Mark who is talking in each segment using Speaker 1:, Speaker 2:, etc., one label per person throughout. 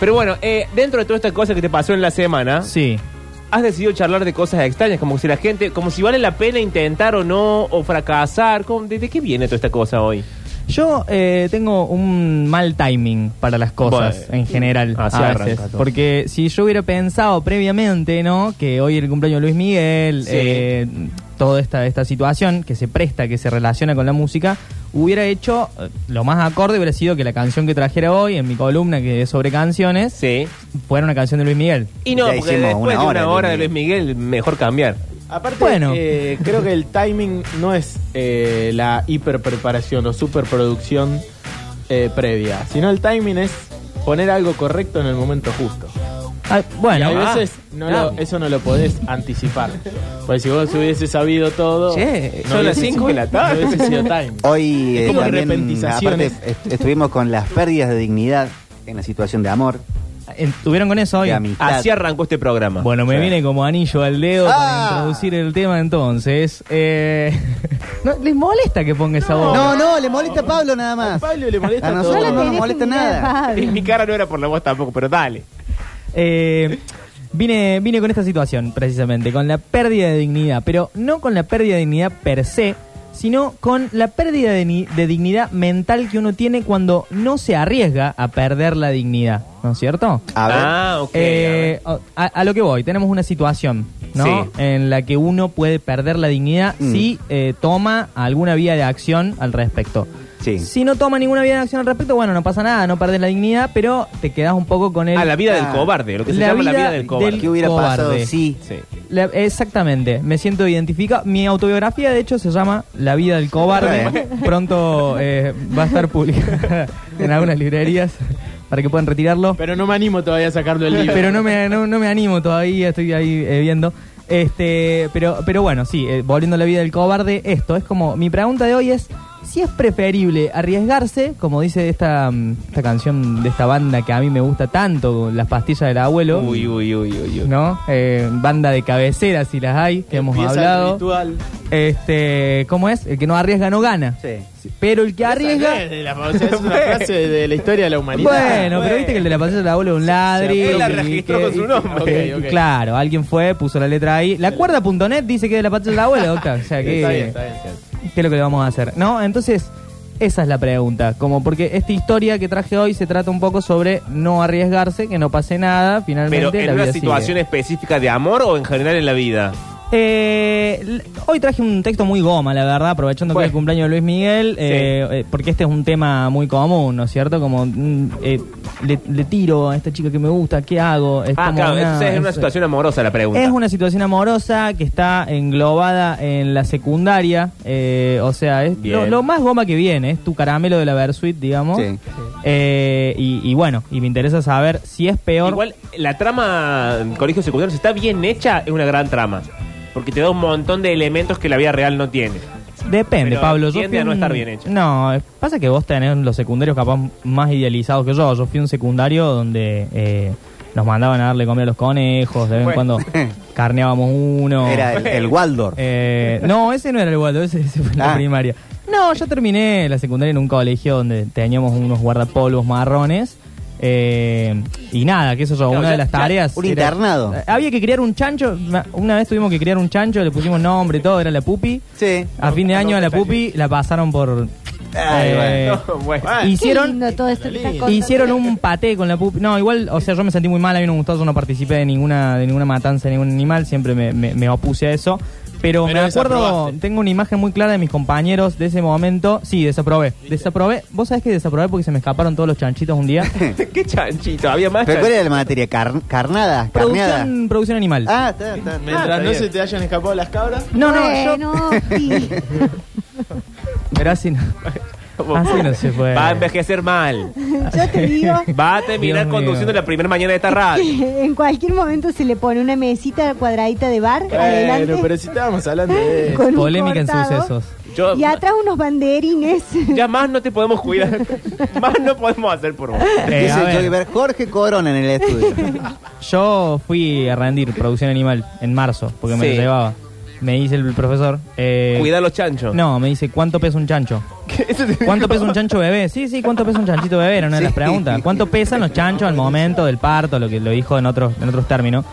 Speaker 1: Pero bueno, eh, dentro de toda esta cosa que te pasó en la semana,
Speaker 2: Sí.
Speaker 1: has decidido charlar de cosas extrañas, como si la gente, como si vale la pena intentar o no, o fracasar. ¿Cómo- ¿De, de qué viene toda esta cosa hoy?
Speaker 2: Yo eh, tengo un mal timing para las cosas
Speaker 1: Bueno.
Speaker 2: en general
Speaker 1: Así
Speaker 2: a
Speaker 1: arranca
Speaker 2: veces.
Speaker 1: todo.
Speaker 2: Porque si yo hubiera pensado previamente, ¿no? Que hoy era el cumpleaños de Luis Miguel,
Speaker 1: Sí.
Speaker 2: eh, toda esta, esta situación que se presta, que se relaciona con la música, hubiera hecho eh, lo más acorde hubiera sido que la canción que trajera hoy en mi columna que es sobre canciones
Speaker 1: Sí.
Speaker 2: fuera una canción de Luis Miguel.
Speaker 1: Y no,
Speaker 3: Ya
Speaker 1: porque
Speaker 3: hicimos
Speaker 1: después
Speaker 3: una
Speaker 1: de una
Speaker 3: hora
Speaker 1: hora,
Speaker 3: de
Speaker 1: de Luis
Speaker 3: Luis
Speaker 1: Miguel, mejor cambiar.
Speaker 4: Aparte,
Speaker 2: Bueno.
Speaker 4: eh, creo que el timing no es eh, la hiperpreparación o superproducción eh, previa, sino el timing es poner algo correcto en el momento justo.
Speaker 2: Ah,
Speaker 4: Y
Speaker 2: bueno,
Speaker 4: a
Speaker 1: ah,
Speaker 4: veces no
Speaker 1: claro.
Speaker 4: lo- eso no lo podés anticipar. Porque si vos hubieses sabido todo.
Speaker 1: Che,
Speaker 4: no
Speaker 1: son
Speaker 4: hubiese
Speaker 1: las cinco
Speaker 4: sido-
Speaker 1: de la tarde.
Speaker 4: No hubiese sido timing.
Speaker 3: Hoy
Speaker 4: Es
Speaker 3: eh,
Speaker 4: como
Speaker 3: también aparte,
Speaker 4: repentizaciones.
Speaker 3: est- estuvimos con las pérdidas de dignidad en la situación de amor,
Speaker 2: estuvieron Ah. con eso hoy.
Speaker 3: de amistad.
Speaker 1: Así arrancó este programa.
Speaker 2: Bueno, me
Speaker 1: Sí.
Speaker 2: viene como anillo al dedo
Speaker 3: Ah.
Speaker 2: para introducir el tema entonces. Eh, ¿no, ¿Les molesta que ponga esa voz?
Speaker 3: No, no, le molesta a Pablo nada más.
Speaker 4: Pablo le molesta
Speaker 3: A nosotros
Speaker 4: todo.
Speaker 3: no nos molesta nada.
Speaker 1: Y Mi cara no era por la voz tampoco, pero dale.
Speaker 2: Eh, vine, vine con esta situación precisamente, con la pérdida de dignidad, pero no con la pérdida de dignidad per se, sino con la pérdida de, ni- de dignidad mental que uno tiene cuando no se arriesga a perder la dignidad, ¿no es cierto?
Speaker 3: A ver,
Speaker 1: Ah, ok.
Speaker 2: Eh, a, a lo que voy, tenemos una situación, ¿no?
Speaker 1: Sí.
Speaker 2: En la que uno puede perder la dignidad
Speaker 3: Mm.
Speaker 2: si eh, toma alguna vía de acción al respecto.
Speaker 3: sí.
Speaker 2: Si no toma ninguna vía de acción al respecto, bueno, no pasa nada, no perdés la dignidad, pero te quedás un poco con
Speaker 1: a
Speaker 2: el...
Speaker 1: ver. Ah, la vida del
Speaker 3: Ah,
Speaker 1: cobarde, lo que se
Speaker 2: la
Speaker 1: llama la
Speaker 2: vida
Speaker 1: vida del cobarde.
Speaker 3: ¿Qué hubiera
Speaker 2: cobarde.
Speaker 3: pasado si
Speaker 1: Sí.
Speaker 2: La- exactamente, me siento identificado. Mi autobiografía, de hecho, se llama La vida del cobarde. Pronto eh, va a estar publicada en algunas librerías para que puedan retirarlo.
Speaker 4: Pero no me animo todavía a sacarlo del libro.
Speaker 2: Pero no me, no, no me animo todavía, estoy ahí eh, viendo. Este, pero, pero bueno, sí, eh, volviendo a la vida del cobarde, esto es como. Mi pregunta de hoy es: si es preferible arriesgarse, como dice esta, mm, esta canción de esta banda que a mí me gusta tanto, Las pastillas del abuelo.
Speaker 1: Uy, uy, uy, uy, uy.
Speaker 2: ¿No? Eh, banda de cabecera, si las hay, que hemos
Speaker 4: Empieza el
Speaker 2: hablado.
Speaker 4: ritual.
Speaker 2: Este, ¿Cómo es? El que no arriesga no gana.
Speaker 3: Sí.
Speaker 2: Pero el que arriesga.
Speaker 4: Es de la- o sea, es una frase de la historia de la humanidad.
Speaker 2: Bueno, pero viste que el de la pasilla del abuelo es un ladri.
Speaker 4: Él la
Speaker 2: y
Speaker 1: registró
Speaker 2: que-
Speaker 1: con su nombre.
Speaker 4: Ok, ok.
Speaker 2: Claro, alguien fue, puso la letra ahí. La cuerda.net dice que es de la pasilla del abuelo, doctor. O sea, que,
Speaker 4: Está bien, está bien, está bien.
Speaker 2: ¿qué es lo que le vamos a hacer? No, entonces, esa es la pregunta. Como porque esta historia que traje hoy se trata un poco sobre no arriesgarse, que no pase nada, finalmente.
Speaker 1: Pero en
Speaker 2: la
Speaker 1: una
Speaker 2: vida sigue.
Speaker 1: situación específica de amor o en general en la vida.
Speaker 2: Eh, l- hoy traje un texto muy goma, la verdad, aprovechando que
Speaker 1: Bueno.
Speaker 2: es el cumpleaños de Luis Miguel, eh, eh, porque este es un tema muy común, ¿no es cierto? Como mm, eh, le, le tiro a esta chica que me gusta, ¿qué hago? Es
Speaker 1: Ah,
Speaker 2: como
Speaker 1: claro,
Speaker 2: una-
Speaker 1: entonces es una situación amorosa la pregunta.
Speaker 2: es una situación amorosa que está englobada en la secundaria, eh, o sea, es lo,
Speaker 1: Bien.
Speaker 2: lo más goma que viene, es tu caramelo de la Versuit, digamos.
Speaker 3: Sí.
Speaker 2: Eh, y, y bueno, y me interesa saber si es peor.
Speaker 1: Igual, la trama en colegio secundario, si está bien hecha, es una gran trama. Porque te da un montón de elementos que la vida real no tiene.
Speaker 2: Depende,
Speaker 1: Pero
Speaker 2: Pablo. Yo
Speaker 1: tiende
Speaker 2: fui
Speaker 1: a no
Speaker 2: un-
Speaker 1: estar bien hecho.
Speaker 2: No, eh, pasa que vos tenés los secundarios capaz más idealizados que yo. Yo fui a un secundario donde eh, nos mandaban a darle comer a los conejos, de vez en
Speaker 1: Bueno.
Speaker 2: cuando carneábamos uno.
Speaker 3: Era el, el Waldorf.
Speaker 2: Eh, no, ese no era el Waldo, ese, ese fue la
Speaker 3: Ah.
Speaker 2: primaria. No, yo terminé la secundaria en un colegio donde teníamos unos guardapolvos marrones. eh, y nada, que eso yo,
Speaker 1: Claro,
Speaker 2: una
Speaker 1: ya-
Speaker 2: de las
Speaker 1: ya-
Speaker 2: tareas. Eh,
Speaker 3: un internado.
Speaker 2: Había que criar un chancho. Una vez tuvimos que criar un chancho, le pusimos nombre, y todo, era la pupi.
Speaker 3: Sí.
Speaker 2: A fin de año a la pupi la pasaron por...
Speaker 3: Ay,
Speaker 2: eh,
Speaker 1: No, bueno.
Speaker 2: Hicieron...
Speaker 5: Hicieron, todo esto que estás contando.
Speaker 2: Hicieron un paté con la pupi. No, igual, o sea, yo me sentí muy mal, a mí no me gustó, yo no participé de ninguna, de ninguna matanza de ningún animal, siempre me, me- me opuse a eso. Pero,
Speaker 4: Pero
Speaker 2: me acuerdo,
Speaker 4: desaprobaste.
Speaker 2: tengo una imagen muy clara de mis compañeros de ese momento. Sí, desaprobé. Desaprobé. Vos sabés que desaprobé porque se me escaparon todos los chanchitos un día.
Speaker 1: Qué chanchito, había más
Speaker 3: ¿Pero
Speaker 1: chanchito.
Speaker 3: cuál era la materia? Car- carnada, carneada.
Speaker 2: producción, producción animal.
Speaker 3: Ah, está, está.
Speaker 4: Mientras no se te hayan escapado las cabras.
Speaker 2: no, no, yo...
Speaker 5: bueno, sí.
Speaker 2: Pero así no. Así no se puede.
Speaker 1: Va a envejecer mal.
Speaker 5: Yo te digo
Speaker 1: Va a terminar
Speaker 2: Dios
Speaker 1: conduciendo
Speaker 2: mío.
Speaker 1: la primera mañana de esta radio.
Speaker 5: que en cualquier momento se le pone una mesita cuadradita de bar adelante
Speaker 4: Bueno, pero si estábamos hablando de eso.
Speaker 5: con un
Speaker 2: Polémica en
Speaker 5: cortado,
Speaker 2: sucesos.
Speaker 1: Yo-
Speaker 5: Y atrás unos banderines.
Speaker 1: Ya más no te podemos cuidar. más no podemos hacer por vos.
Speaker 2: Eh, a
Speaker 3: Dice
Speaker 2: ver.
Speaker 3: Joey Ver, Jorge Corona en el estudio.
Speaker 2: Yo fui a rendir producción animal en marzo, porque me
Speaker 1: Sí.
Speaker 2: lo llevaba. me dice el profesor. eh,
Speaker 1: Cuidar los chanchos.
Speaker 2: No, me dice, ¿cuánto pesa un chancho?
Speaker 1: ¿Qué? Eso te
Speaker 2: ¿Cuánto
Speaker 1: digo.
Speaker 2: pesa un chancho bebé? Sí, sí, ¿cuánto pesa un chanchito bebé? Era una de las
Speaker 3: Sí.
Speaker 2: preguntas. ¿Cuánto pesan los chanchos al momento del parto? Lo que lo dijo en otros, en otros términos.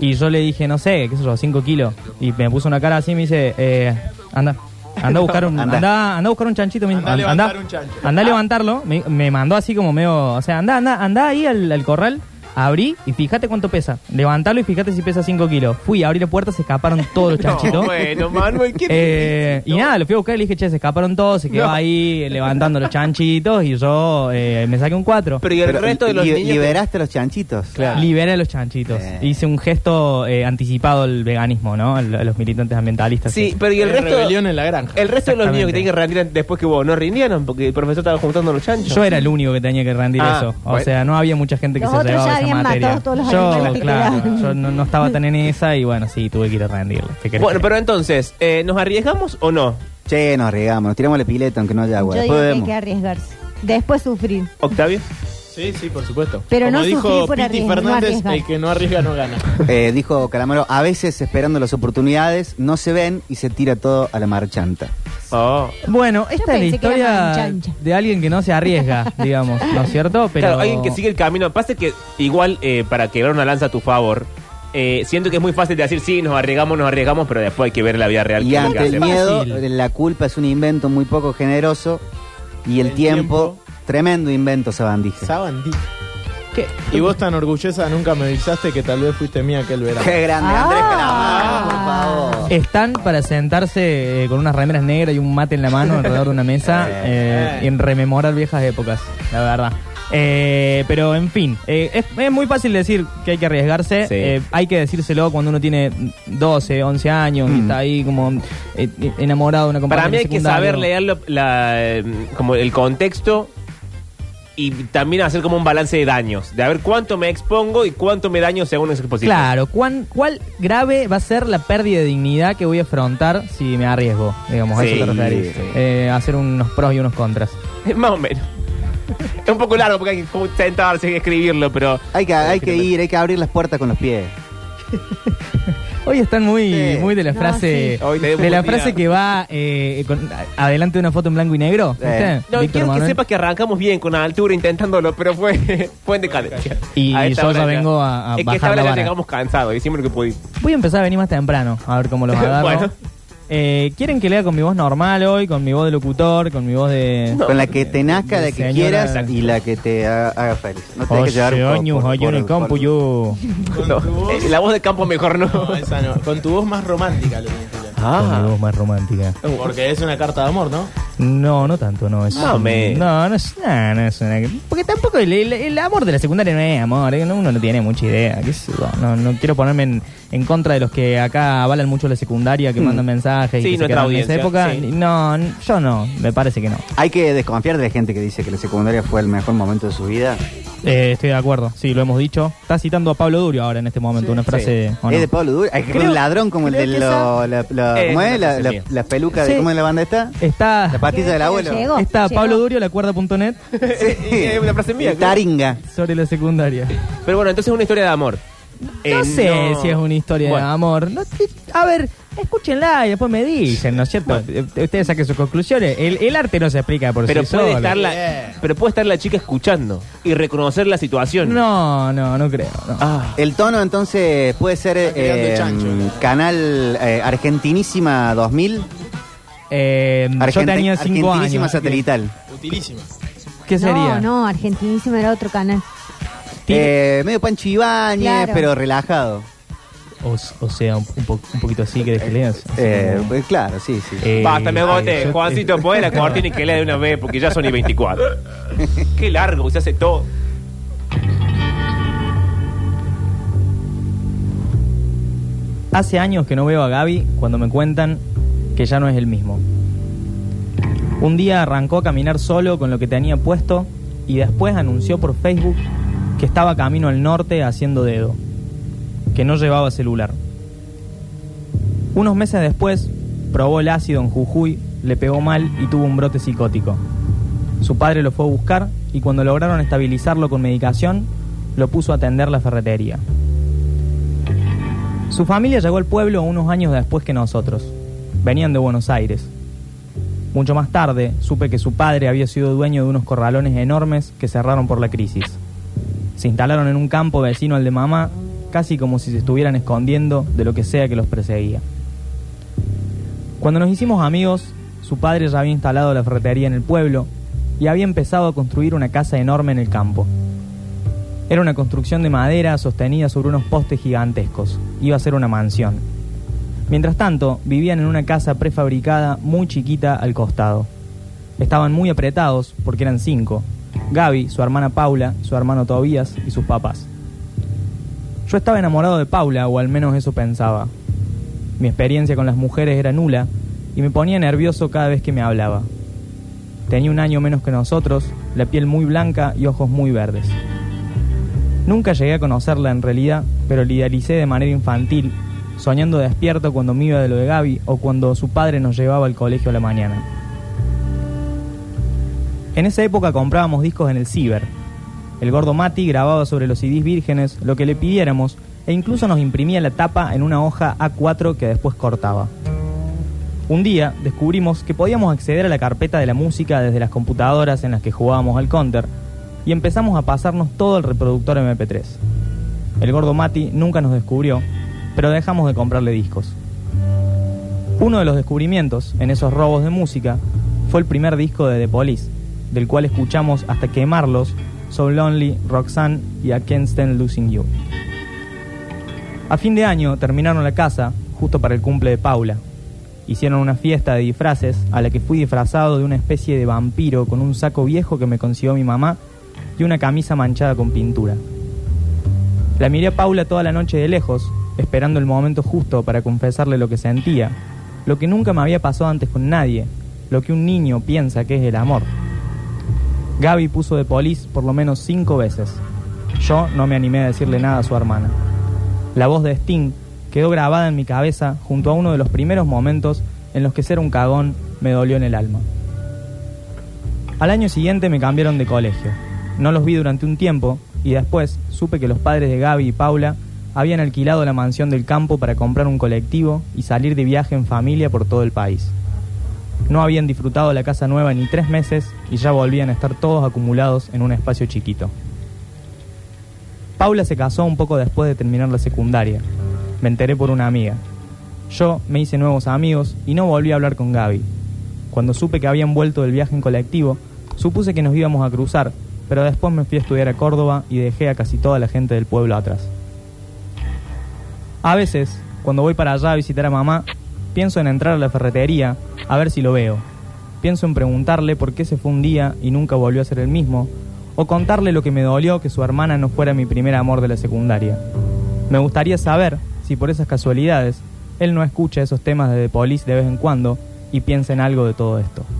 Speaker 2: Y yo le dije, no sé, qué sé yo, 5 kilos. Y me puso una cara así y me dice, eh, anda. Anda a buscar un,
Speaker 3: Anda.
Speaker 2: anda. anda a buscar un chanchito mismo.
Speaker 4: Anda a
Speaker 2: An-
Speaker 4: levantar un chancho. Ah.
Speaker 2: anda a levantarlo. Me, me mandó así como medio. O sea, anda, anda, anda ahí al, al corral, abrí y fíjate cuánto pesa. Levantarlo y fíjate si pesa 5 kilos. Fui, abrí la puerta, se escaparon todos los
Speaker 1: No,
Speaker 2: chanchitos.
Speaker 1: bueno, Manuel, ¿qué
Speaker 2: Eh, y nada, lo fui a buscar y le dije, che, se escaparon todos, se quedó
Speaker 1: No.
Speaker 2: ahí levantando los chanchitos y yo eh, me saqué un 4.
Speaker 1: Pero y el
Speaker 3: Pero
Speaker 1: resto de los
Speaker 3: li-
Speaker 1: niños.
Speaker 3: Liberaste a los chanchitos.
Speaker 2: Liberé a los chanchitos.
Speaker 3: Eh.
Speaker 2: Hice un gesto eh, anticipado al veganismo, ¿no? Al- A los militantes ambientalistas.
Speaker 1: Sí, pero y el
Speaker 4: Eh,
Speaker 1: resto.
Speaker 4: Rebelión en la granja.
Speaker 1: El resto de los niños que
Speaker 2: Exactamente.
Speaker 1: tenían que rendir después que vos no rindieron porque el profesor estaba juntando los chanchos.
Speaker 2: Yo era el único que tenía que rendir
Speaker 1: Ah,
Speaker 2: eso. O
Speaker 1: bueno.
Speaker 2: sea, no había mucha gente que
Speaker 5: Los
Speaker 2: se
Speaker 5: otros
Speaker 2: llevaba
Speaker 5: ya
Speaker 2: esa
Speaker 5: habían
Speaker 2: materia.
Speaker 5: matado todos los animales
Speaker 2: yo,
Speaker 5: que
Speaker 2: claro,
Speaker 5: quedaban.
Speaker 2: yo no, no estaba tan en esa y bueno, sí, tuve que ir a rendirlo. ¿Qué querés
Speaker 1: Bueno,
Speaker 2: que-
Speaker 1: pero entonces, eh, ¿nos arriesgamos o no?
Speaker 3: Che, nos regamos, nos tiramos la pileta aunque no haya agua.
Speaker 5: Yo digo
Speaker 3: Después
Speaker 5: que hay
Speaker 3: vemos.
Speaker 5: que arriesgarse. Después sufrir.
Speaker 1: Octavio.
Speaker 4: Sí, sí, por supuesto.
Speaker 5: Pero
Speaker 4: Como
Speaker 5: no
Speaker 4: dijo
Speaker 5: sufrir por
Speaker 4: Piti
Speaker 5: arriesgar, no
Speaker 4: Fernández,
Speaker 5: arriesgar.
Speaker 4: el que no arriesga no gana.
Speaker 3: Eh, dijo Calamaro, a veces esperando las oportunidades no se ven y se tira todo a la marchanta.
Speaker 1: Oh.
Speaker 2: Bueno, esta
Speaker 5: Yo
Speaker 2: es la
Speaker 5: pensé que era más
Speaker 2: historia
Speaker 5: chancha.
Speaker 2: de alguien que no se arriesga, digamos, ¿no es cierto? Pero
Speaker 1: Claro, alguien que sigue el camino. Pasa que igual eh, para quebrar una lanza a tu favor, eh, siento que es muy fácil de decir, sí, nos arriesgamos, nos arriesgamos, pero después hay que ver la vida real. que
Speaker 3: Y
Speaker 1: es lo que
Speaker 3: ante el
Speaker 1: hacemos.
Speaker 3: miedo, eh,
Speaker 2: Fácil.
Speaker 3: la culpa es un invento muy poco generoso y el,
Speaker 4: El
Speaker 3: tiempo,
Speaker 4: tiempo.
Speaker 3: tremendo invento sabandija.
Speaker 4: Sabandí.
Speaker 2: ¿Qué?
Speaker 4: Y vos tan orgullosa nunca me avisaste que tal vez fuiste mía aquel verano.
Speaker 3: Qué grande,
Speaker 5: Ah.
Speaker 3: Andrés Calamaro, por favor.
Speaker 2: Están para sentarse eh, con unas remeras negras y un mate en la mano alrededor de una mesa eh, y en rememorar viejas épocas, la verdad. Eh, pero en fin, eh, es, es muy fácil decir que hay que arriesgarse.
Speaker 1: Sí.
Speaker 2: eh, hay que decírselo cuando uno tiene 12, 11 años y está ahí como eh, enamorado de una compañera.
Speaker 1: Mm. Para mí hay que saber leer lo- la, eh, como el contexto y también hacer como un balance de daños, de a ver cuánto me expongo y cuánto me daño según esa exposición.
Speaker 2: Claro, ¿cuán, ¿cuál grave va a ser la pérdida de dignidad que voy a afrontar si me arriesgo? Digamos, a eso
Speaker 1: Sí,
Speaker 2: te referís.
Speaker 3: sí.
Speaker 2: Eh, hacer unos pros y unos contras.
Speaker 1: Más o menos. Es un poco largo porque hay que sentarse y escribirlo, pero
Speaker 3: Hay que, hay que ir, hay que abrir las puertas con los pies.
Speaker 2: Hoy están muy,
Speaker 3: Sí.
Speaker 2: muy de la
Speaker 5: No,
Speaker 2: frase,
Speaker 1: sí. Hoy tenemos
Speaker 2: de la
Speaker 1: un día.
Speaker 2: frase que va eh, con- a- adelante de una foto en blanco y negro.
Speaker 3: Sí.
Speaker 2: ¿viste?
Speaker 1: no,
Speaker 2: Víctor
Speaker 1: quiero que
Speaker 2: Manuel.
Speaker 1: sepas que arrancamos bien con la altura intentándolo, pero fue, fue en decadencia.
Speaker 2: Y
Speaker 1: A esta
Speaker 2: yo
Speaker 1: hora
Speaker 2: ya vengo a-
Speaker 1: Es
Speaker 2: a
Speaker 1: que
Speaker 2: bajar
Speaker 1: esta hora
Speaker 2: la
Speaker 1: ya
Speaker 2: vara.
Speaker 1: llegamos cansados, hicimos lo que pudimos.
Speaker 2: Voy a empezar a venir más temprano, a ver cómo los agarro.
Speaker 1: Bueno.
Speaker 2: Eh, ¿Quieren que lea con mi voz normal hoy, con mi voz de locutor, con mi voz de...
Speaker 1: No.
Speaker 3: Con la que te nazca, la que
Speaker 2: Señora-
Speaker 3: quieras y la que te haga, haga feliz. No te dejes
Speaker 2: Oye,
Speaker 3: llevar por-
Speaker 2: oño,
Speaker 3: por-
Speaker 2: oye, en
Speaker 3: por-
Speaker 2: el campo
Speaker 3: por-
Speaker 2: yo...
Speaker 4: Con
Speaker 1: No,
Speaker 4: tu voz.
Speaker 1: eh, la voz de campo mejor no.
Speaker 4: No, esa no. Con tu voz más romántica lo tenés que leer.
Speaker 2: Con mi voz más romántica.
Speaker 5: Uh.
Speaker 4: Porque es una carta de amor, ¿no?
Speaker 2: No, no tanto, no. Es,
Speaker 1: Más o menos.
Speaker 2: No, no es, no, no es una- Porque tampoco el, el- el amor de la secundaria no es amor, ¿eh? uno no tiene mucha idea. qué sé yo. No, no quiero ponerme en, en contra de los que acá avalan mucho la secundaria, que mandan
Speaker 1: Mm.
Speaker 2: mensajes
Speaker 1: Sí,
Speaker 2: y que se
Speaker 1: nuestra
Speaker 2: quedan en esa
Speaker 1: audiencia,
Speaker 2: época.
Speaker 1: sí.
Speaker 2: No, n- yo no, me parece que no.
Speaker 3: Hay que desconfiar de la gente que dice que la secundaria fue el mejor momento de su vida.
Speaker 2: Eh, estoy de acuerdo, sí, lo hemos dicho. Está citando a Pablo Durio ahora en este momento, una frase... ¿o no?
Speaker 3: Es de Pablo Dur. Hay que
Speaker 1: Creo-
Speaker 3: un ladrón como el
Speaker 1: creo
Speaker 3: de
Speaker 1: que
Speaker 3: lo- la, la-
Speaker 1: Eh,
Speaker 3: ¿cómo es?
Speaker 1: no,
Speaker 3: La,
Speaker 1: esa
Speaker 3: la-
Speaker 1: mía.
Speaker 3: la peluca de
Speaker 2: Sí.
Speaker 3: cómo es la banda esta.
Speaker 2: Está,
Speaker 3: La patita del abuelo.
Speaker 5: Llegó.
Speaker 2: está
Speaker 5: llegó.
Speaker 2: Pablo Durio, la cuerda.net,
Speaker 1: es una frase mía,
Speaker 3: El
Speaker 1: claro.
Speaker 3: Taringa.
Speaker 2: sobre la secundaria.
Speaker 1: Pero bueno, entonces es una historia de amor.
Speaker 2: No
Speaker 1: Eh,
Speaker 2: sé
Speaker 1: no.
Speaker 2: si es una historia
Speaker 1: Bueno.
Speaker 2: de amor. No te- a ver, escúchenla y después me dicen, ¿no es cierto? Eh, Ustedes saquen sus conclusiones. El, el arte no se explica por
Speaker 1: Pero
Speaker 2: sí
Speaker 1: puede
Speaker 2: solo.
Speaker 1: estar la, pero puede estar la chica escuchando y reconocer la situación.
Speaker 2: No, no, no creo. no.
Speaker 1: Ah,
Speaker 3: El tono entonces puede ser
Speaker 4: Está creando
Speaker 3: eh,
Speaker 4: chancho.
Speaker 3: mm, canal eh, Argentinísima 2000.
Speaker 2: Eh, yo
Speaker 3: Argenti-
Speaker 2: tenía cinco
Speaker 3: Argentinísima
Speaker 2: años.
Speaker 3: satelital.
Speaker 4: Utilísima.
Speaker 2: ¿Qué sería?
Speaker 5: No, no, argentinísimo era otro canal.
Speaker 3: Eh, medio Pancho Ibáñez,
Speaker 5: Claro.
Speaker 3: pero relajado.
Speaker 2: O, o sea, un, un po- un poquito así que que leas. Así
Speaker 3: Eh,
Speaker 2: como-
Speaker 3: pues claro, sí, sí.
Speaker 2: Eh,
Speaker 1: Basta, me agoté.
Speaker 2: ay, yo-
Speaker 1: Juancito, pon la cortina y que lea de una vez porque ya son y 24. Qué largo, se hace todo.
Speaker 2: Hace años que no veo a Gaby cuando me cuentan que ya no es el mismo. Un día arrancó a caminar solo con lo que tenía puesto y después anunció por Facebook que estaba camino al norte haciendo dedo, que no llevaba celular. Unos meses después probó el ácido en Jujuy, le pegó mal y tuvo un brote psicótico. Su padre lo fue a buscar y cuando lograron estabilizarlo con medicación, lo puso a atender la ferretería. Su familia llegó al pueblo unos años después que nosotros. Venían de Buenos Aires. Mucho más tarde supe que su padre había sido dueño de unos corralones enormes que cerraron por la crisis. Se instalaron en un campo vecino al de mamá, casi como si se estuvieran escondiendo de lo que sea que los perseguía. Cuando nos hicimos amigos, su padre ya había instalado la ferretería en el pueblo y había empezado a construir una casa enorme en el campo. Era una construcción de madera sostenida sobre unos postes gigantescos. Iba a ser una mansión. Mientras tanto, vivían en una casa prefabricada muy chiquita al costado. Estaban muy apretados porque eran cinco. Gaby, su hermana Paula, su hermano Tobías y sus papás. Yo estaba enamorado de Paula, o al menos eso pensaba. Mi experiencia con las mujeres era nula y me ponía nervioso cada vez que me hablaba. Tenía un año menos que nosotros, la piel muy blanca y ojos muy verdes. Nunca llegué a conocerla en realidad, pero la idealicé de manera infantil, soñando despierto cuando me iba de lo de Gaby o cuando su padre nos llevaba al colegio a la mañana. En esa época comprábamos discos en el ciber. El gordo Mati grababa sobre los CDs vírgenes lo que le pidiéramos e incluso nos imprimía la tapa en una hoja A4 que después cortaba. Un día descubrimos que podíamos acceder a la carpeta de la música desde las computadoras en las que jugábamos al counter y empezamos a pasarnos todo el reproductor MP3. El gordo Mati nunca nos descubrió, pero dejamos de comprarle discos. Uno de los descubrimientos en esos robos de música fue el primer disco de The Police, del cual escuchamos hasta quemarlos So Lonely, Roxanne y I Can't Stand Losing You. A fin de año terminaron la casa justo para el cumple de Paula. Hicieron una fiesta de disfraces a la que fui disfrazado de una especie de vampiro con un saco viejo que me consiguió mi mamá y una camisa manchada con pintura. La miré a Paula toda la noche de lejos, esperando el momento justo para confesarle lo que sentía, lo que nunca me había pasado antes con nadie, lo que un niño piensa que es el amor. Gaby puso de polis por lo menos cinco veces. Yo no me animé a decirle nada a su hermana. La voz de Sting quedó grabada en mi cabeza junto a uno de los primeros momentos en los que ser un cagón me dolió en el alma. Al año siguiente me cambiaron de colegio. No los vi durante un tiempo y después supe que los padres de Gaby y Paula habían alquilado la mansión del campo para comprar un colectivo y salir de viaje en familia por todo el país. No habían disfrutado la casa nueva ni tres meses y ya volvían a estar todos acumulados en un espacio chiquito. Paula se casó un poco después de terminar la secundaria. Me enteré por una amiga. Yo me hice nuevos amigos y no volví a hablar con Gaby. Cuando supe que habían vuelto del viaje en colectivo, supuse que nos íbamos a cruzar, pero después me fui a estudiar a Córdoba y dejé a casi toda la gente del pueblo atrás. A veces, cuando voy para allá a visitar a mamá, pienso en entrar a la ferretería a ver si lo veo. Pienso en preguntarle por qué se fue un día y nunca volvió a ser el mismo, o contarle lo que me dolió que su hermana no fuera mi primer amor de la secundaria. Me gustaría saber si por esas casualidades él no escucha esos temas de The Police de vez en cuando y piensa en algo de todo esto.